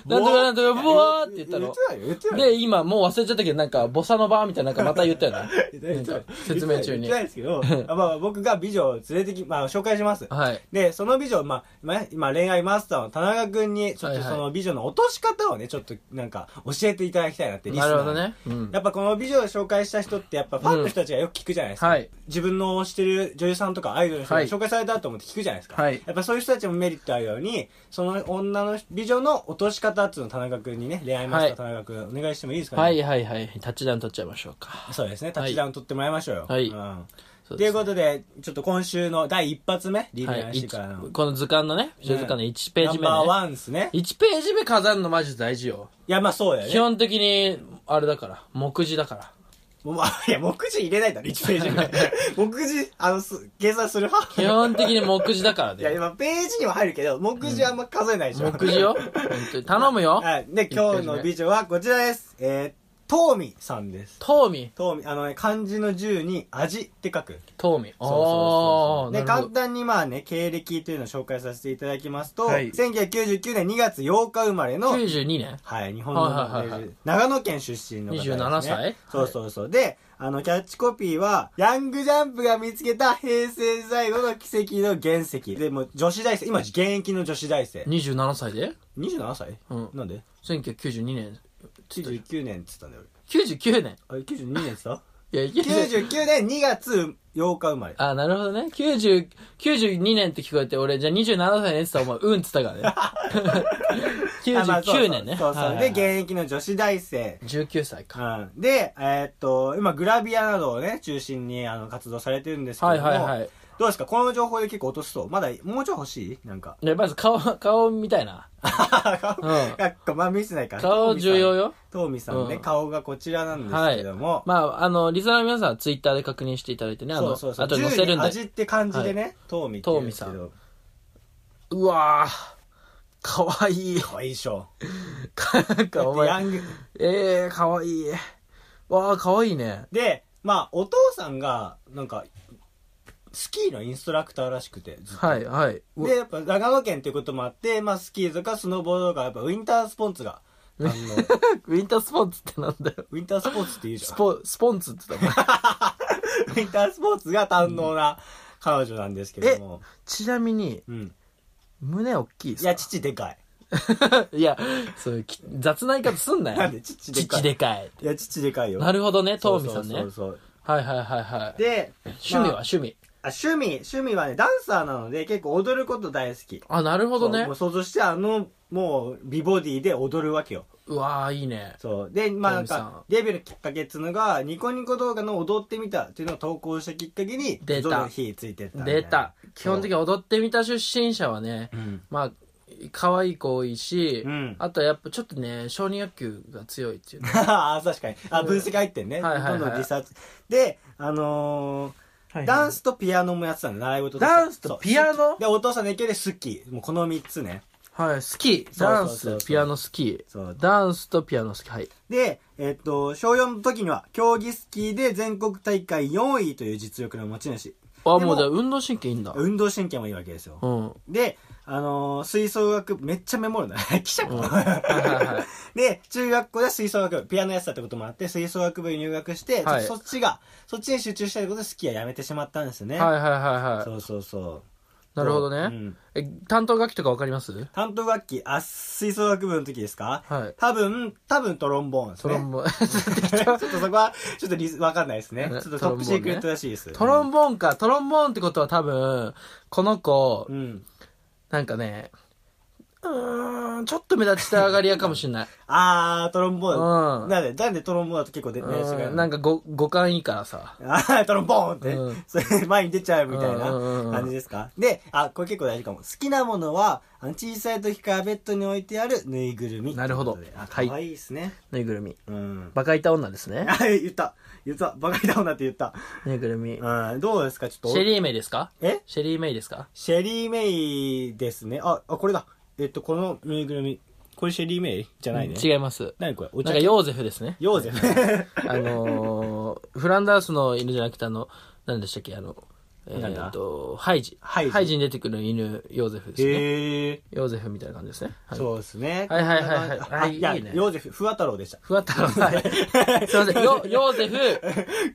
Speaker 2: なんとかなんとか、ボワーって言った
Speaker 1: 言
Speaker 2: の
Speaker 1: って。ないよ、言ってないよ。
Speaker 2: で、今、もう忘れちゃったけど、なんか、ボサノバみたいな、なんかまた言ったよな。
Speaker 1: 言ってない
Speaker 2: 説明中に
Speaker 1: 言ってないですけど、あまあ、僕が美女を連れてき、まあ、紹介します。
Speaker 2: はい。
Speaker 1: で、その美女、まあ、まあ今、恋愛マスターの田中くんに、ちょっ
Speaker 2: はい
Speaker 1: と
Speaker 2: はい
Speaker 1: その美女の落とし方をね、ちょっとなんか、教えていただきたいなって、リスナ
Speaker 2: な
Speaker 1: ー
Speaker 2: る
Speaker 1: に
Speaker 2: ほどね。うん
Speaker 1: や。っぱこの美女を紹介した人って、やっぱファンの人たちがよく聞くじゃないですか。
Speaker 2: はい。
Speaker 1: 自分の推してる女優さんとかアイドルの人が
Speaker 2: はい
Speaker 1: 紹介されたと思って聞くじゃないですか。
Speaker 2: はい
Speaker 1: やっぱそういう人たちもメリットあるように、その女の美女の落とし方っていうのを田中くんにね、恋愛マスター田中くん、お願いしてもいいですかね。
Speaker 2: はいはいはい。タッチダウン取っちゃいましょうか。
Speaker 1: そうですね、タッチダウン取ってもらいましょうよ。
Speaker 2: はい
Speaker 1: うん。と、
Speaker 2: そう
Speaker 1: い
Speaker 2: です
Speaker 1: うことで、ちょっと今週の第一発目、リーダ
Speaker 2: は
Speaker 1: ー
Speaker 2: い。
Speaker 1: してからの。
Speaker 2: 一この図鑑のね、図鑑の1ページ目
Speaker 1: ナンバー
Speaker 2: ね。
Speaker 1: ワンですね。い
Speaker 2: 1ページ目飾るのマジで大事よ。
Speaker 1: や、まあそうだよ
Speaker 2: 基
Speaker 1: ね。
Speaker 2: 本的に、あれだから、目次だから。
Speaker 1: もうまあいや、目次入れないだろ、1ページ目。 目次、あの、す計算する派
Speaker 2: 基本的に目次だから
Speaker 1: いや、
Speaker 2: で。
Speaker 1: 今、ページには入るけど、目次はあんま数えないでしょ。
Speaker 2: 目次よ。本当に頼むよ。
Speaker 1: はい。で、今日の美女はこちらです。えー、トーミさんです。
Speaker 2: トーミ。
Speaker 1: トーミ、あのね、漢字の十に味って書く。
Speaker 2: トーミ。
Speaker 1: そうそう
Speaker 2: あ
Speaker 1: そうそう
Speaker 2: ー、
Speaker 1: で、
Speaker 2: なる
Speaker 1: 簡
Speaker 2: ほど。
Speaker 1: 単にまあね、経歴というのを紹介させていただきますと、
Speaker 2: はい
Speaker 1: 1999年2月8日生まれの、
Speaker 2: 92年
Speaker 1: はい、日本の、
Speaker 2: はいはいはいはい
Speaker 1: 長野県出身の方です、ね。
Speaker 2: 27歳
Speaker 1: そうそうそう。で、あの、キャッチコピーは、ヤングジャンプが見つけた平成最後の奇跡の原石。で、もう女子大生、今現役の女子大生。
Speaker 2: 27歳で
Speaker 1: 27歳、
Speaker 2: うん
Speaker 1: なんで
Speaker 2: 1992年
Speaker 1: ?99 年っつったんだよ、
Speaker 2: 99年
Speaker 1: 俺。あれ、92年っつった
Speaker 2: いや90
Speaker 1: 99年2月8日生まれ。
Speaker 2: あなるほどね90 92年って聞こえて俺じゃあ27歳ねって言ったらお前うんっつっ たからね
Speaker 1: あまあそうそう
Speaker 2: 99年ね
Speaker 1: そう
Speaker 2: はい
Speaker 1: そう。
Speaker 2: は
Speaker 1: で、
Speaker 2: いはい
Speaker 1: 現役の女子大生。
Speaker 2: 19歳か
Speaker 1: うん、で、えーっと、今、グラビアなどをね、中心にあの活動されてるんですけど
Speaker 2: は
Speaker 1: も、
Speaker 2: いはいはい
Speaker 1: どうですかこの情報で結構落とすと、まだもうちょい欲しいなん か。
Speaker 2: でまず顔顔みたいな
Speaker 1: 顔、
Speaker 2: う ん
Speaker 1: なんかまあ見せないから。
Speaker 2: 顔重要よ
Speaker 1: トーミさんね、
Speaker 2: うん
Speaker 1: 顔がこちらなんですけども、
Speaker 2: まああのリスナーの皆さんはツイッターで確認していただいてねあ
Speaker 1: そ
Speaker 2: の
Speaker 1: うそうそう。
Speaker 2: あと載せるん
Speaker 1: に
Speaker 2: で
Speaker 1: 味って感じでね、トーミって言うんですけ
Speaker 2: トー
Speaker 1: ど、
Speaker 2: うわーかわいい
Speaker 1: かわいいでしょ。
Speaker 2: なんか お
Speaker 1: ヤ
Speaker 2: 前
Speaker 1: ング
Speaker 2: えー、かわいいわーかわいいね
Speaker 1: で、まあ、お父さんが、なんか、スキーのインストラクターらしくて、ずっと
Speaker 2: はいはいうわ
Speaker 1: で、やっぱ長野県ということもあって、まあ、スキーとかスノーボードとか、やっぱウィンタースポーツが、 あの、
Speaker 2: ウィンタースポーツってなんだよ。
Speaker 1: ウィンタースポーツって言うじ
Speaker 2: ス
Speaker 1: ゃん。
Speaker 2: ポ、スポンツって言った の
Speaker 1: ウィンタースポーツが堪能な彼女なんですけども。
Speaker 2: ちなみに、
Speaker 1: うん。
Speaker 2: 胸大きいっ
Speaker 1: い
Speaker 2: すか
Speaker 1: や、父でかい。
Speaker 2: いや、そういうき雑な言い方すんなよ。
Speaker 1: なんで父でかい
Speaker 2: 父でかい。
Speaker 1: いや、父でかいよ。
Speaker 2: な
Speaker 1: る
Speaker 2: るほどね、トーミさんね。
Speaker 1: そうそうそう
Speaker 2: はいはいはいはい。
Speaker 1: で、
Speaker 2: 趣味は、
Speaker 1: まあ
Speaker 2: 趣味。
Speaker 1: あ趣味、趣味はね、ダンサーなので、結構踊ること大好き。
Speaker 2: あ、なるほどね
Speaker 1: そうもう。想像して、あの、もう、美ボディで踊るわけよ。
Speaker 2: うわー、いいね。
Speaker 1: そう。で、まあなん
Speaker 2: トミさん
Speaker 1: か、デビューのきっかけっつうのが、ニコニコ動画の踊ってみたっていうのを投稿したきっかけに、
Speaker 2: 出た
Speaker 1: どの火ついてったみいな
Speaker 2: 出た。基本的に踊ってみた出身者はね、
Speaker 1: うん。
Speaker 2: まあ、可愛い子多いし、
Speaker 1: うん
Speaker 2: あとはやっぱちょっとね、承認欲求が強いっていう ね。
Speaker 1: あ確かに。あ、分析入ってんね。
Speaker 2: はいはいはい
Speaker 1: どんどんリサーチ。で、あのー、ダンスとピアノもやってたの、習い事
Speaker 2: ダンスとピアノ
Speaker 1: そうで、お父さんの影響でスキー。もうこの3つね。
Speaker 2: はい、好き。
Speaker 1: そう
Speaker 2: ダ
Speaker 1: そ
Speaker 2: ン
Speaker 1: うそうそう
Speaker 2: ス、ピアノ好き。
Speaker 1: そう
Speaker 2: ダンスとピアノ好き。はい。
Speaker 1: で、えっと、小4の時には、競技スキーで全国大会4位という実力の持ち主。
Speaker 2: あ、
Speaker 1: でも
Speaker 2: もうじゃあ運動神経いいんだ。
Speaker 1: 運動神経もいいわけですよ。
Speaker 2: うん。は
Speaker 1: で、あのー吹奏楽、めっちゃメモるな。 記者か、
Speaker 2: うんいはいは い。
Speaker 1: で、中学校で吹奏楽部、ピアノやってたってこともあって、吹奏楽部に入学して、
Speaker 2: はい
Speaker 1: ちょっとそっちが、そっちに集中したいことでスキーはやめてしまったんですよね。
Speaker 2: はいはいはいはい。
Speaker 1: そうそうそう。
Speaker 2: なるほどね、
Speaker 1: うん
Speaker 2: え、担当楽器とかわかります
Speaker 1: 担当楽器、あ、吹奏楽部の時ですか
Speaker 2: はい。
Speaker 1: 多分、多分トロンボーンです
Speaker 2: トロン
Speaker 1: ね。
Speaker 2: ボー ン。
Speaker 1: ちょっとそこは、ちょっとリスわかんないですね。ちょ
Speaker 2: ね
Speaker 1: っとトップシークレットらしいです。
Speaker 2: トロンボーンか。トロンボーンってことは多分、この子、
Speaker 1: うん。
Speaker 2: なんかね、うーん、ちょっと目立ちたがり屋かもしれない。
Speaker 1: あー、トロンボー
Speaker 2: う
Speaker 1: ン。
Speaker 2: ん
Speaker 1: なんで、なんでトロンボーンだと結構出ね、違
Speaker 2: う
Speaker 1: うん
Speaker 2: なんかご、五感いいからさ。
Speaker 1: あートロンボーンって、
Speaker 2: うん
Speaker 1: それ前に出ちゃうみたいな
Speaker 2: うんうんうん
Speaker 1: 感じですか、で、あ、これ結構大事かも。好きなものは、あの小さい時からベッドに置いてあるぬいぐるみ。
Speaker 2: なるほど
Speaker 1: ということであ、可
Speaker 2: はい
Speaker 1: 愛いですね。
Speaker 2: ぬいぐるみ。
Speaker 1: うん。
Speaker 2: バカいた女ですね。
Speaker 1: あ、言った。言った。バカにだもんなって言った。
Speaker 2: ぬいぐるみ。
Speaker 1: うん、どうですかちょっ
Speaker 2: シ
Speaker 1: と
Speaker 2: ェ。リーメイですか
Speaker 1: え
Speaker 2: シェリーメイですか
Speaker 1: シェリーメイですね。あ、あ、これだ。えっと、このぬいぐるみ。これシェリーメイじゃないね。
Speaker 2: 違います。
Speaker 1: 何これお
Speaker 2: な
Speaker 1: 茶
Speaker 2: んかヨーゼフ ですね。
Speaker 1: ヨーゼフ。
Speaker 2: あのー、フランダースの犬じゃなくてあの、何でしたっけあの、え
Speaker 1: なんだ
Speaker 2: ーっと、ハイジ。
Speaker 1: ハイジ
Speaker 2: に出てくる犬、ヨーゼフですね。
Speaker 1: へえ
Speaker 2: ヨーゼフみたいな感じですね。はい
Speaker 1: そうですね。
Speaker 2: はいはいはいはい
Speaker 1: あ
Speaker 2: あ
Speaker 1: いや、
Speaker 2: いいね
Speaker 1: ヨーゼフ、ふわ太郎でした。
Speaker 2: ふわ太郎さん。 すいません。よ、ヨーゼフ、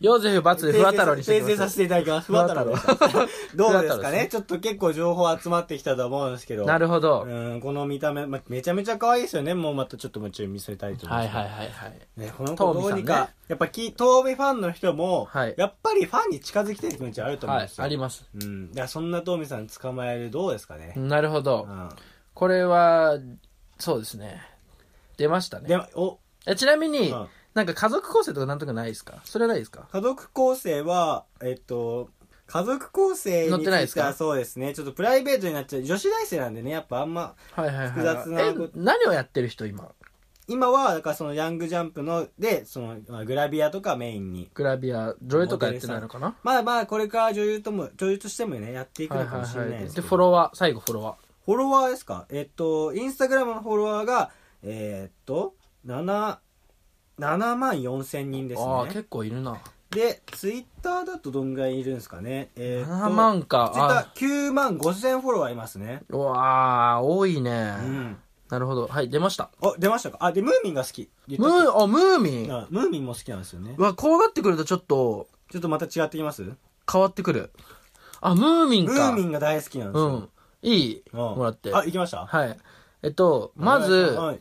Speaker 2: ヨーゼフ×でふわ太郎にして
Speaker 1: 訂
Speaker 2: く
Speaker 1: 正
Speaker 2: だ
Speaker 1: さ
Speaker 2: さ
Speaker 1: せていただきます。ふわ太郎でした。どうです
Speaker 2: ふわ太
Speaker 1: か
Speaker 2: 郎で
Speaker 1: ね
Speaker 2: すね
Speaker 1: ちょっと結構情報集まってきたと思うんですけど。
Speaker 2: い。なるほど。はい
Speaker 1: うん、この見た目、ま、めちゃめちゃ可愛いですよね。もうまたちょっと夢中見せたいと思いま
Speaker 2: は
Speaker 1: す。
Speaker 2: いはいはい。
Speaker 1: ね、この子
Speaker 2: トーミ
Speaker 1: どう
Speaker 2: ーさんね
Speaker 1: にか、やっぱき、トーミファンの人も、
Speaker 2: はい
Speaker 1: やっぱりファンに近づきたい気持ちあると思うん
Speaker 2: は
Speaker 1: で
Speaker 2: い、
Speaker 1: すよ。
Speaker 2: あります。
Speaker 1: うん。だからそんなトーミさん捕まえるどうですかね。
Speaker 2: なるほど
Speaker 1: う。ん。
Speaker 2: これは、そうですね。出ましたね。
Speaker 1: で、お、
Speaker 2: えちなみに、
Speaker 1: うん
Speaker 2: なんか家族構成とかなんとかないですかそれはないですか
Speaker 1: 家族構成は、えっと、家族構成
Speaker 2: 載
Speaker 1: に
Speaker 2: っ
Speaker 1: つ
Speaker 2: てないで
Speaker 1: い
Speaker 2: す
Speaker 1: ては
Speaker 2: か
Speaker 1: そうですね。ちょっとプライベートになっちゃう。女子大生なんでね、やっぱあんま、
Speaker 2: はいはいはい。
Speaker 1: 複雑なこ
Speaker 2: え、何をやってる人今
Speaker 1: 今は、だからそのヤングジャンプの、で、その、まあグラビアとかメインに。
Speaker 2: グラビア、女優とかやってないのかな
Speaker 1: まあまあ、これから女優とも、女優としてもね、やっていく
Speaker 2: は
Speaker 1: の
Speaker 2: いは
Speaker 1: か
Speaker 2: い
Speaker 1: もしれない
Speaker 2: は
Speaker 1: で
Speaker 2: い。
Speaker 1: す
Speaker 2: で、
Speaker 1: けど。
Speaker 2: フォロワー、最後フォロワー。
Speaker 1: フォロワーですかえっと、インスタグラムのフォロワーが、えーっと、7、7万4千人です
Speaker 2: ああ、
Speaker 1: ね。
Speaker 2: 結構いるな。
Speaker 1: で、ツイッターだとどんぐらいいるんですかねえーっと、
Speaker 2: 7万か。
Speaker 1: ツイッ
Speaker 2: あ
Speaker 1: ター9万5千フォロワーいますね。
Speaker 2: うわあ、多いね、
Speaker 1: うん。
Speaker 2: なるほど。はい、出ました。
Speaker 1: あ、出ましたかあ、で、ムーミンが好き。言っ
Speaker 2: ム
Speaker 1: たっ
Speaker 2: ー、あ、ムーミ
Speaker 1: け
Speaker 2: ン。
Speaker 1: あムーミンも好きなんですよね
Speaker 2: う。わ、こうなってくるとちょっと
Speaker 1: ちょっとまた違ってきますム
Speaker 2: 変わってくる。あ、ムーミンか。
Speaker 1: ーミンが大好きなんです
Speaker 2: う
Speaker 1: よ。
Speaker 2: ん。いい、
Speaker 1: うん
Speaker 2: もらって。
Speaker 1: あ、行きました
Speaker 2: はい。えっと、まず、
Speaker 1: はい。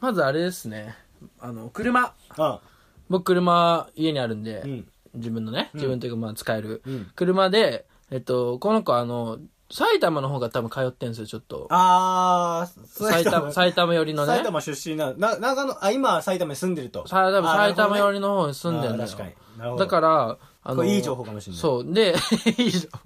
Speaker 2: まずあれですね。あの、車。
Speaker 1: あ、
Speaker 2: 僕、車、家にあるんで、
Speaker 1: うん。
Speaker 2: 自分のね、自分というか、まあ、使える。
Speaker 1: うん。
Speaker 2: 車で、えっと、この子、あの、埼玉の方が多分通ってんですよ、ちょっと。
Speaker 1: あー、そういう
Speaker 2: 埼
Speaker 1: 人
Speaker 2: 玉、埼玉寄りのね。
Speaker 1: 埼玉出身なのな長野あ今埼玉に住んでると
Speaker 2: さ多分埼玉寄りの方に
Speaker 1: あ
Speaker 2: 住んでるのよ
Speaker 1: あー確かになるほど
Speaker 2: だから、あ
Speaker 1: これいい情報かもしれない
Speaker 2: そう。で、 いい情報。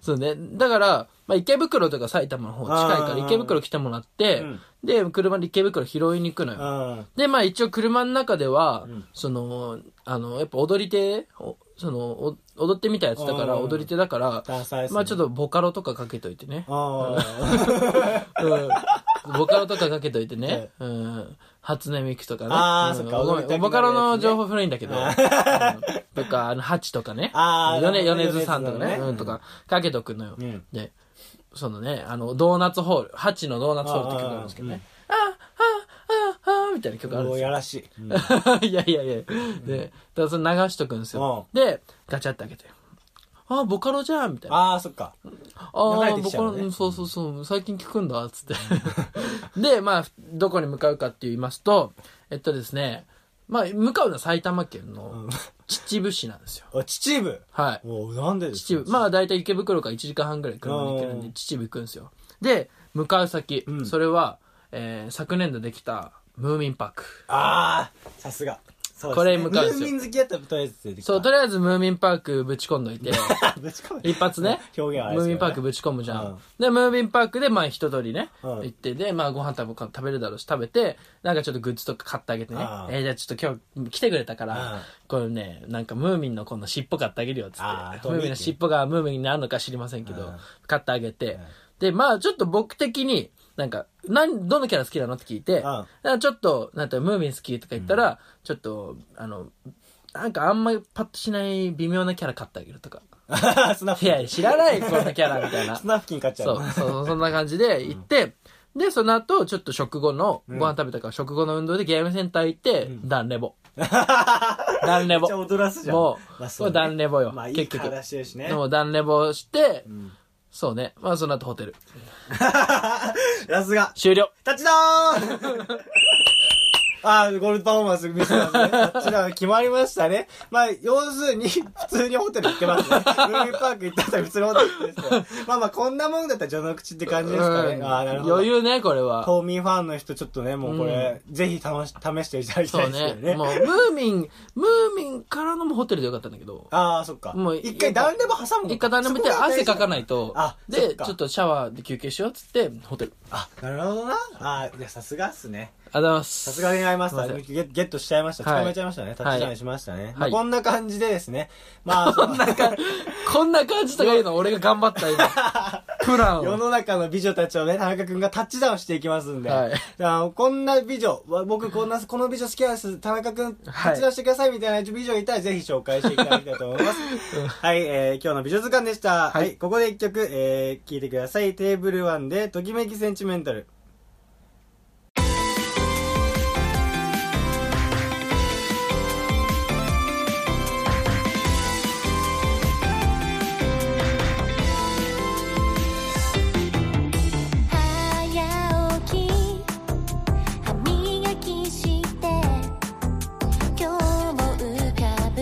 Speaker 2: そうね。だから、まあ、池袋とか埼玉の方近いか
Speaker 1: あ
Speaker 2: ら、
Speaker 1: ー
Speaker 2: 池袋来てもらって、
Speaker 1: うん
Speaker 2: で、車で池袋拾いに行くのよ。
Speaker 1: うん
Speaker 2: で、まあ一応車の中では、
Speaker 1: うん
Speaker 2: その、あの、やっぱ踊り手、おその、お踊ってみたやつだから、
Speaker 1: うん
Speaker 2: 踊り手だから、
Speaker 1: ダンサーですね
Speaker 2: まあちょっとボカロとかかけといてね。
Speaker 1: あー
Speaker 2: うんボカロとかかけといてね。
Speaker 1: え
Speaker 2: うん。初音ミクとかね。
Speaker 1: あー
Speaker 2: うん
Speaker 1: そっか
Speaker 2: ご
Speaker 1: 踊
Speaker 2: め
Speaker 1: りたくなるや
Speaker 2: ん
Speaker 1: つね
Speaker 2: ボカロの情報古いんだけど。うんとか、あの、ハチとかね。
Speaker 1: あー
Speaker 2: ヨネ
Speaker 1: なるほど
Speaker 2: ヨネズさんとか
Speaker 1: ヨネ
Speaker 2: ね。
Speaker 1: ズのね
Speaker 2: うん、とか、かけとくのよ
Speaker 1: う。ん
Speaker 2: で、そのね、あの、ドーナツホール、ハチのドーナツホールって曲があるんですけどね。あー、あー、あー、あー、みたいな曲あるん
Speaker 1: も
Speaker 2: で
Speaker 1: う
Speaker 2: すよ。
Speaker 1: やらしい、うん
Speaker 2: いやいやいや。で、だからそれ流しとくんですよ。で、ガチャって開けて。あー、ボカロじゃんみたいな。
Speaker 1: ああそっか
Speaker 2: あ
Speaker 1: 流
Speaker 2: あ、
Speaker 1: れてき
Speaker 2: 僕
Speaker 1: ちゃう
Speaker 2: は
Speaker 1: のね
Speaker 2: うんそうそうそう、最近聞くんだ、つって。 で、まあ、どこに向かうかって言いますと、えっとですね、まあ、向かうのは埼玉県の秩父市なんですよ。
Speaker 1: あ秩父
Speaker 2: はい。
Speaker 1: おなんでですか
Speaker 2: 秩父。まあ、だいたい池袋から1時間半ぐらい車で行けるん
Speaker 1: う
Speaker 2: で、
Speaker 1: ん
Speaker 2: 秩父行くんですよ。で、向かう先、
Speaker 1: うん
Speaker 2: それは、えー昨年度できた、ムーミンパーク。
Speaker 1: ああさすがそうです
Speaker 2: これ向かうんです
Speaker 1: ム
Speaker 2: よ
Speaker 1: ーミン好きやったらとりあえず出てきた
Speaker 2: そう、とりあえずムーミンパークぶち込んどいて、
Speaker 1: ぶちかまえ。
Speaker 2: 一発ね
Speaker 1: 表現はあれですけ
Speaker 2: ムー
Speaker 1: どね
Speaker 2: ミンパークぶち込むじゃん。
Speaker 1: うん
Speaker 2: で、ムーミンパークで、まあ一通りね、
Speaker 1: うん
Speaker 2: 行って、で、まあご飯食べ食べるだろうし、食べて、なんかちょっとグッズとか買ってあげてね。
Speaker 1: うん
Speaker 2: えーじゃあちょっと今日来てくれたから、
Speaker 1: うん
Speaker 2: これね、なんかムーミンのこの尻尾買ってあげるよ、つ
Speaker 1: あ
Speaker 2: っ
Speaker 1: ー
Speaker 2: て。ムーミンの尻尾がムーミンになるのか知りませんけど、
Speaker 1: うん
Speaker 2: 買ってあげて、
Speaker 1: ん
Speaker 2: で、まあちょっと僕的に、なんか、なん、どのキャラ好きなのって聞いて、
Speaker 1: うん
Speaker 2: あちょっと、なんて、ムーミン好きとか言ったら、ちょっと、あの、なんかあんまりパッとしない微妙なキャラ買ってあげるとか。
Speaker 1: スナフ
Speaker 2: い
Speaker 1: キ
Speaker 2: や、知らない、こんなキャラみたい
Speaker 1: ン
Speaker 2: な
Speaker 1: ス。ナフキン買 っちゃ
Speaker 2: そうう、そう、そんな感じで行って、で、その後、ちょっと食後の、ご飯食べたから食後の運動でゲームセンター行って、ダン レボ。ダン
Speaker 1: め
Speaker 2: レ
Speaker 1: っ
Speaker 2: ボ
Speaker 1: ちゃ。踊らすじゃん
Speaker 2: もう、
Speaker 1: まあ
Speaker 2: もうダンレボよ。
Speaker 1: まあいい
Speaker 2: 結局。
Speaker 1: 体してるしね
Speaker 2: でもダンレボして、
Speaker 1: ん
Speaker 2: そうね。まあ、その後ホテル。
Speaker 1: さすが
Speaker 2: 終了。
Speaker 1: タッチダー ンあーゴールドパフォーマンス見せますね。 タッチダウン決まりましたね。まあ、要するに、 普通にホテル行ってますね。ムーミンパーク行ったら普通のホテル行ってますねまあまあ、こんなもんだったら序の口って感じですかね。
Speaker 2: うん
Speaker 1: ああ、なるほど。
Speaker 2: 余裕ね、これは。
Speaker 1: 島民ファンの人、ちょっとね、もうこれ、ぜひ試し試していただきた
Speaker 2: そ
Speaker 1: いうですよ
Speaker 2: ね
Speaker 1: ね。。
Speaker 2: もう、ムーミン、ムーミンからのもホテルでよかったんだけど。
Speaker 1: ああ、そっか。
Speaker 2: もう
Speaker 1: 一回ダウンレバー挟むの。
Speaker 2: 一回ダンレボ行って汗かかないいと
Speaker 1: あ。そっ
Speaker 2: で、
Speaker 1: か
Speaker 2: ちょっとシャワーで休憩しようっつって、ホテル。
Speaker 1: あ、なるほどな。ああ、いや、さすがっすね。
Speaker 2: ありがとうございます。
Speaker 1: さすが恋愛マスタ
Speaker 2: すいま
Speaker 1: ー、ゲゲットしちゃいました。
Speaker 2: はい
Speaker 1: 捕まえちゃいましたね。タッチダウンしましたね。まあ
Speaker 2: はい
Speaker 1: こんな感 じでですね。まあ、その
Speaker 2: こんな感じとか言うの俺が頑張った今。プラン
Speaker 1: 世
Speaker 2: を。
Speaker 1: の中の美女たちをね、田中くんがタッチダウンしていきますんで。
Speaker 2: はい
Speaker 1: あのこんな美女、わ僕こんな、この美女好きなんです、田中くん、タッチダウンしてくださいみたいな美女がいたらぜひ紹介していただきたいと思います。はい、えー今日の美女図鑑でした。は、
Speaker 2: はいい
Speaker 1: ここで一曲、えー、聴いてください。テーブルワンで、ときめきセンチメンタル。
Speaker 3: 早起き歯磨きして今日も浮かぶ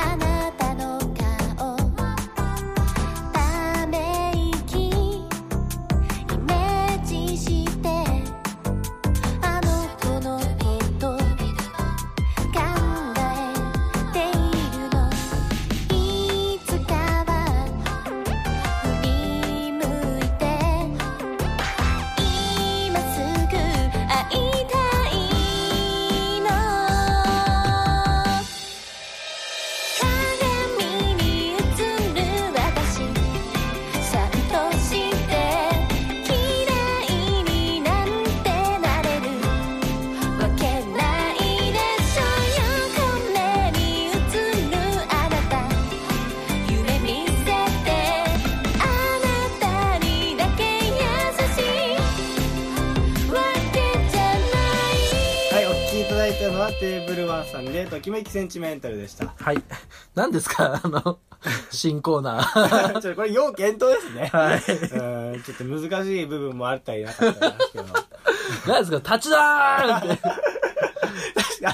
Speaker 3: あなたの顔ため息イメージしてあの子のこと考えているのいつかは振り向いて今すぐ会いたいの鏡に映る私さっとして嫌いになんてなれるわけないでしょうよこれに映るあなた夢見せてあなたにだけ優しいわけじゃない
Speaker 1: はい、お聴きいただいたのはテーブルワンさんで、ときめきセンチメンタルでした。
Speaker 2: はい。何ですかあの、新コーナー。
Speaker 1: ちょっとこれ要検討ですね。
Speaker 2: はい
Speaker 1: うん、ちょっと難しい部分もあったりなかったりなんですけど。
Speaker 2: 何ですか立ちだーンって。
Speaker 1: 確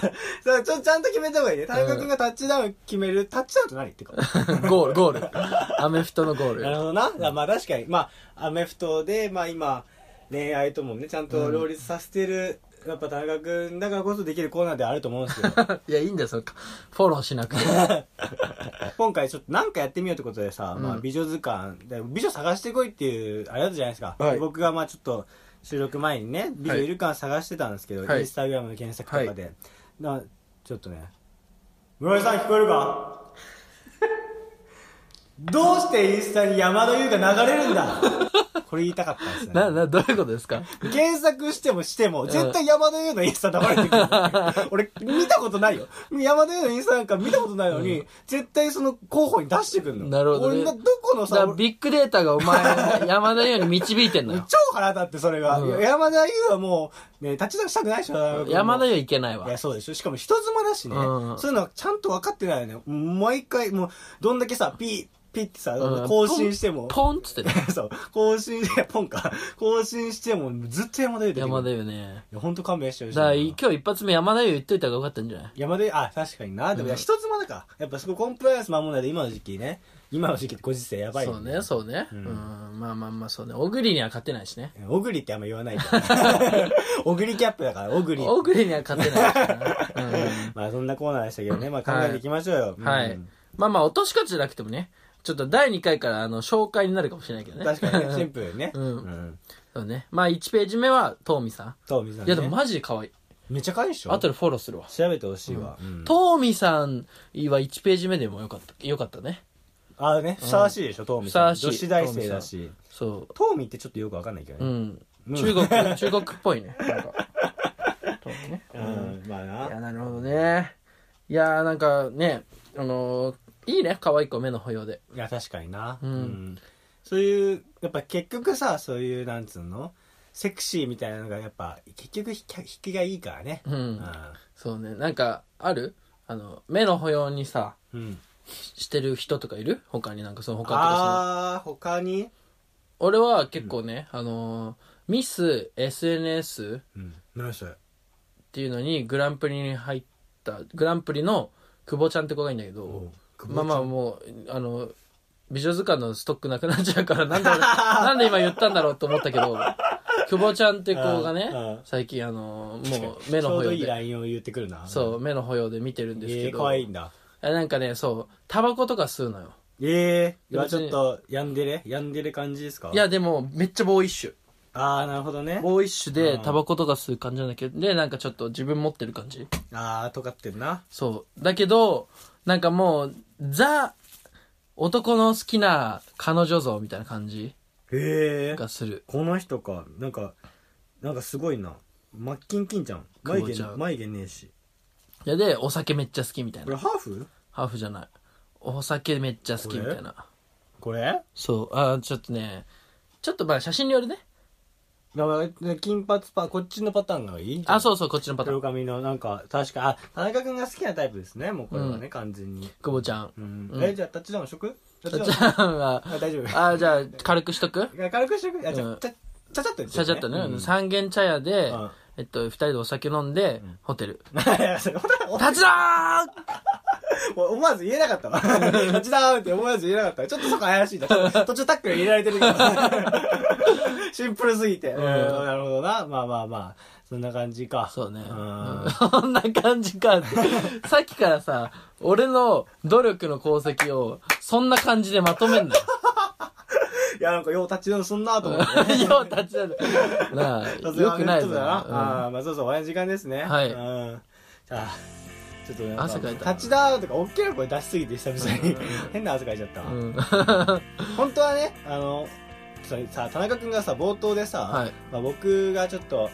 Speaker 1: かそうちょちゃんと決めた方がいいね。田中君がタッチダウン決める、タッチダウンって何ってか。
Speaker 2: ゴール、ゴール。アメフトのゴー
Speaker 1: なる
Speaker 2: ル。
Speaker 1: ほどな。あまあ確かに、まあ、アメフトで、まあ今、恋愛ともね、ちゃんと両立させてる、やっぱ田中君だからこそできるコーナーではあると思うんですけど、
Speaker 2: いや、いいんだよ、そのフォローしなくて。
Speaker 1: 今回ちょっと何かやってみようってことでさ、まあ
Speaker 2: うん
Speaker 1: 美女図鑑で、美女探してこいっていう、あれだったじゃないですか。
Speaker 2: はい
Speaker 1: 僕がまあちょっと収録前にね、美女いるか探してたんですけど、
Speaker 2: はい
Speaker 1: インスタグラムの検索とかで。なちょっとね、室井さん聞こえるか どうしてインスタに山田優が流れるん だこれ言いたかったんですね。
Speaker 2: な、な、どういうことですか
Speaker 1: 検索してもしても、絶対山田優のインスタ流れてくる。 俺、見たことないよ。山田優のインスタなんか見たことないのに、絶対その候補に出してくるの。
Speaker 2: なるほどね
Speaker 1: 俺な、どこの
Speaker 2: だか
Speaker 1: さ
Speaker 2: ら、ビッグデータがお前、山田優に導いてんのよ。
Speaker 1: 超腹立って、それが。
Speaker 2: うん
Speaker 1: 山田優はもう、ね、立ち出したくないでしょ、田中君も
Speaker 2: 山田優いけない
Speaker 1: い
Speaker 2: わ
Speaker 1: や、。そうでしょ。しかも人妻だしね。
Speaker 2: うん
Speaker 1: そういうのはちゃんと分かってないよね。毎回、もう、どんだけさ、ピー、ピーってさ、
Speaker 2: うん
Speaker 1: 更新しても。
Speaker 2: ポンポンっつってね。
Speaker 1: そう。更新、いやポンか。更新しても、ずっと山田優出てくる
Speaker 2: 山田優ね。
Speaker 1: いや、ほんと勘弁してほしい
Speaker 2: だ
Speaker 1: な。
Speaker 2: から、今日一発目山田優言っといた方がよかったんじゃない
Speaker 1: 山で、あ、確かにな。でも、いや
Speaker 2: うん
Speaker 1: 人妻だから。やっぱそこコンプライアンス守んないで、今の時期ね。今の時期ってご時世やばい。
Speaker 2: そうね、。そうね。うん、まあまあまあ、そうね。小栗には勝てないしね。
Speaker 1: オグリってあんま言わない から。オグリキャップだから、オグリ。
Speaker 2: 小栗には勝てないしな、うん
Speaker 1: まあ、そんなコーナーでしたけどね。まあ、考えていきましょうよ。 うん
Speaker 2: はい。まあまあ、落とし方じゃなくてもね、ちょっと第2回からあの紹介になるかもしれないけどね。
Speaker 1: 確かにね、シンプルにね。
Speaker 2: うん
Speaker 1: ん。
Speaker 2: そうね。まあ、1ページ目は、トーミさ
Speaker 1: と、水
Speaker 2: ん。
Speaker 1: 野
Speaker 2: いや、でもマジで可愛い。
Speaker 1: めっちゃ可愛いでしょ
Speaker 2: 後でフォローするわ。
Speaker 1: 調べてほしいわ。うん
Speaker 2: トーミさんは1ページ目でもよかった、よかったね。
Speaker 1: あね、ふさわしいでしょ、トーミ
Speaker 2: ふさ
Speaker 1: さん。
Speaker 2: わしい
Speaker 1: 女子大生だし。
Speaker 2: そ
Speaker 1: トーミってちょっとよくわかんないけ
Speaker 2: う。
Speaker 1: ど
Speaker 2: う
Speaker 1: ね。
Speaker 2: ん。中国、中国っぽいね。なんか。トーミね。
Speaker 1: うん。まあ
Speaker 2: い
Speaker 1: な。
Speaker 2: や、なるほどね。いやー、なんかね、あのーいいね、可愛い子、目の保養で。
Speaker 1: いや、確かにな。
Speaker 2: うん
Speaker 1: そういう、やっぱ結局さ、そういう、なんつうのセクシーみたいなのが、やっぱ、結局引き、引きがいいからね。
Speaker 2: う。
Speaker 1: うん
Speaker 2: そうね、なんか、あるあの、目の保養にさ、
Speaker 1: うん。
Speaker 2: してる人とかいる他になんかその他っていうかその
Speaker 1: あー、他に
Speaker 2: 俺は結構ね、あのーミス SNS
Speaker 1: うん。何それ
Speaker 2: っていうのにグランプリに入ったグランプリの久保ちゃんって子がいいんだけどまあまあもうあの美女図鑑のストックなくなっちゃうからなんで なんで今言ったんだろうと思ったけど久保ちゃんって子がね
Speaker 1: うんうん
Speaker 2: 最近あのーもう
Speaker 1: ち
Speaker 2: 目の
Speaker 1: ょう
Speaker 2: 保
Speaker 1: ど
Speaker 2: 養
Speaker 1: いい
Speaker 2: で
Speaker 1: ラインを言ってくるな。
Speaker 2: そう目の保養で見てるん
Speaker 1: う
Speaker 2: です
Speaker 1: え
Speaker 2: け
Speaker 1: ー、
Speaker 2: ど、
Speaker 1: 可愛いんだ。
Speaker 2: あなんかねそうタバコとか吸うのよ
Speaker 1: えー、
Speaker 2: で
Speaker 1: 今
Speaker 2: 別
Speaker 1: ちょ
Speaker 2: に
Speaker 1: っと、やんでれやんでれ感じですか
Speaker 2: い、やでもめっちゃボーイッシュ
Speaker 1: あー、なるほどね。
Speaker 2: ボーイッシュで
Speaker 1: うん
Speaker 2: タバコとか吸う感じなんだけどでなんかちょっと自分持ってる感じ
Speaker 1: あー、尖ってんな。
Speaker 2: そう。だけど、なんかもう、ザ、男の好きな彼女像みたいな感じ
Speaker 1: へえ
Speaker 2: がする。
Speaker 1: この人かなんかなんかすごいなマッキンキンちゃん眉毛
Speaker 2: 久保ちゃん
Speaker 1: 眉毛ねえし
Speaker 2: いやで、お酒めっちゃ好きみたい
Speaker 1: これ
Speaker 2: な。
Speaker 1: ハーフ
Speaker 2: ハーフじゃない。お酒めっちゃ好きみたいな。
Speaker 1: これ
Speaker 2: そう、あーちょっとね、ちょっとまあ写真によるね。
Speaker 1: 金髪パこっちのパターンがいい
Speaker 2: あ、
Speaker 1: う
Speaker 2: そうそう、こっちのパターン
Speaker 1: 黒。髪のなんか確かあ田中君が好きなタイプですねもうこれはね、
Speaker 2: うん
Speaker 1: 完全に、
Speaker 2: 久保ちゃん。
Speaker 1: うん
Speaker 2: うん
Speaker 1: えじゃあタッチダウンしとくタッ
Speaker 2: じ
Speaker 1: チ
Speaker 2: ゃ
Speaker 1: ダウン
Speaker 2: あ、
Speaker 1: あ大丈夫
Speaker 2: あーじゃあ、軽くしとく
Speaker 1: いや軽くしとくいやじゃあ、
Speaker 2: うん
Speaker 1: ちゃちゃちゃっと言
Speaker 2: ちゃちゃっとね、
Speaker 1: うん
Speaker 2: 三軒茶屋で、
Speaker 1: うん
Speaker 2: えっと、二人でお酒飲んで、ホテル。
Speaker 1: いやそれお
Speaker 2: 立ちだ
Speaker 1: 思わず言えなか ったわ。立ちだーって思わず言えなかったわ。ちょっとそこ怪しいな。途中タックル入れられて るけど。シンプルすぎて。うん、なるほどな。まあまあまあ。そんな感じか。
Speaker 2: そうね。
Speaker 1: ん
Speaker 2: そんな 感じかって。さっきからさ、俺の努力の功績を、そんな感じでまとめんなよ。
Speaker 1: いや、なんかよう立ち直すんなと思って。
Speaker 2: よう立ちだなあ、
Speaker 1: さす
Speaker 2: よ
Speaker 1: が
Speaker 2: くない
Speaker 1: そう
Speaker 2: ぞ。
Speaker 1: だな。
Speaker 2: うん
Speaker 1: ああー、まあそうそう、終わりの時間ですね。
Speaker 2: はい
Speaker 1: うん。じゃあ、ちょっとなんか
Speaker 2: 汗かいた
Speaker 1: 立ちだーとか大きな声出しすぎて久々に。 変な汗かいちゃったわ。
Speaker 2: うん
Speaker 1: 本当はね、あの、それさ、田中君がさ、冒頭でさ、
Speaker 2: はい。
Speaker 1: まあ、僕がちょっと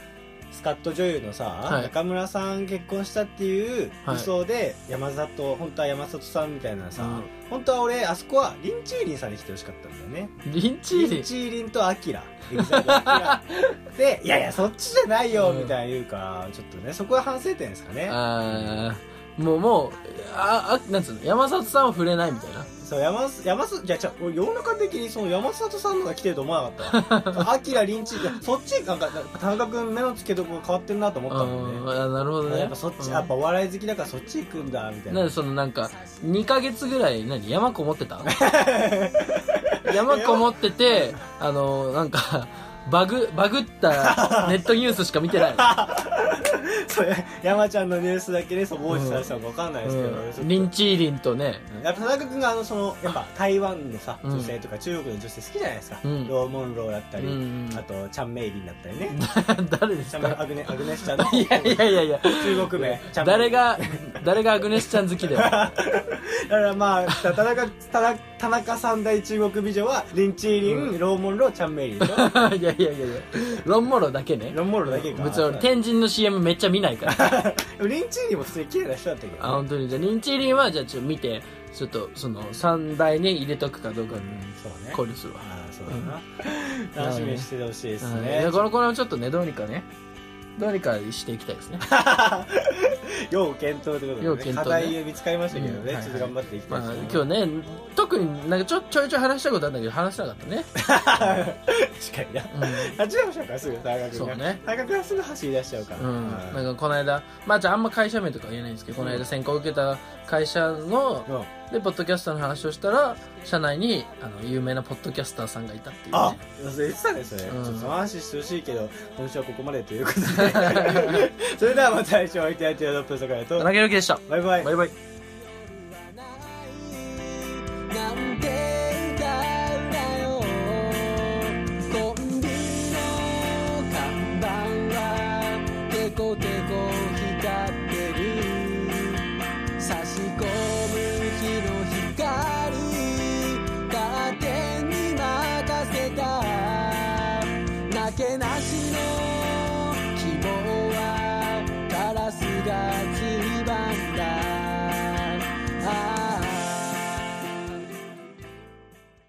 Speaker 1: スカット女優のさ、
Speaker 2: はい
Speaker 1: 中村さん結婚したっていう
Speaker 2: はい
Speaker 1: 嘘で、山里本当は山里さんみたいなさ、
Speaker 2: うん
Speaker 1: 本当は俺あそこはリンチーリンさんに来てほしかったんだよね
Speaker 2: リンチ
Speaker 1: リ
Speaker 2: ー
Speaker 1: ン
Speaker 2: リ。
Speaker 1: チーリンとアキラ EXILE でいやいやそっちじゃないよ、
Speaker 2: うん
Speaker 1: みたいな言うからちょっとねそこは反省点ですかね
Speaker 2: あーもう、もう、あ、あ、なんつうの、山里さんは触れないみたいな。
Speaker 1: そう山す山すいやじゃあ俺世の中的にその山里さんのが来てると思わなかった わアキラリンチーいやそっちなんか田中君目の付けどころ変わってるなと思ったもんね
Speaker 2: うんあなるほどね。
Speaker 1: やっぱそっち、
Speaker 2: うん
Speaker 1: やっぱお笑い好きだからそっち行くんだみたいな
Speaker 2: なんでそのなんか、2ヶ月ぐらい、何、山こもっ てた山こもってて、あの、なんか、バグ、バグったネットニュースしか見てない。
Speaker 1: それ山ちゃんのニュースだけでそう傍受されてたのか分かんないですけど、俺ちょ
Speaker 2: う
Speaker 1: っ
Speaker 2: ん
Speaker 1: と
Speaker 2: リンチーリンとね、
Speaker 1: やっぱ田中君があのそのやっぱ台湾のさ
Speaker 2: うん
Speaker 1: 女性とか中国の女性好きじゃないですか、
Speaker 2: うん
Speaker 1: ローモンローだったり、
Speaker 2: うん
Speaker 1: あとチャンメイリンだったりね、
Speaker 2: 誰で
Speaker 1: チ
Speaker 2: す
Speaker 1: ャンメイ
Speaker 2: か
Speaker 1: アグネアグネスちゃんの
Speaker 2: いやいやいやいや、
Speaker 1: 中国名チャンメイリ
Speaker 2: 誰
Speaker 1: ン
Speaker 2: が、誰がアグネスちゃん 好きだよ。
Speaker 1: だからまあ田中田中田中三大中国美女はリンチーリン、ローモンローチャンメイリン でしょ
Speaker 2: いやいやいやいや、ロンモロだけね。
Speaker 1: ローモンローだけか
Speaker 2: 別に俺、天神の CM めっちゃ見ないから。
Speaker 1: でもリンチーリンも普通に綺麗な人だったけどね、
Speaker 2: あ、本当に。じゃあ、リンチーリンは、じゃあちょっと見て、ちょっと、その、三大に入れとくかどうか
Speaker 1: うんそうね
Speaker 2: 考慮するわ。
Speaker 1: ああそうだな、楽しみにしててほしいです
Speaker 2: はい
Speaker 1: ね、
Speaker 2: でこのコーナーをちょっとね、どうにかね、どうにかしていきたいで すね。
Speaker 1: 要検討という
Speaker 2: 要
Speaker 1: ことで、ね
Speaker 2: 検討ね
Speaker 1: 課題見つかりましたけどね、
Speaker 2: うん
Speaker 1: ちょっと頑張っていきたい
Speaker 2: まあ、
Speaker 1: です
Speaker 2: 今日ね、特になんかちょちょいちょい話したいことあるんだけど、話せなかったね。
Speaker 1: 確かにな立ち直しちゃうからすぐ大学
Speaker 2: そう
Speaker 1: が、
Speaker 2: ね
Speaker 1: 大学がすぐ走り出しちゃうから、
Speaker 2: うん。うん。
Speaker 1: はい
Speaker 2: なんかこの間、まあじゃああんま会社名とか言えないんですけど、この間選考を受けた会社の、
Speaker 1: うん
Speaker 2: で、ポッドキャスターの話をしたら、社内に、あの、有名なポッドキャスターさんがいたっていう、ね。
Speaker 1: あ忘れてたねそれ、
Speaker 2: うん
Speaker 1: ちょっとその話してほしいけど今週はここまでという ことでそれではまた来週お会いいたいというプロ坂井と
Speaker 2: 投げる気でした。
Speaker 1: バイバイ
Speaker 2: バイバイ。
Speaker 4: なんて言うんだよコンビの看板はデコデ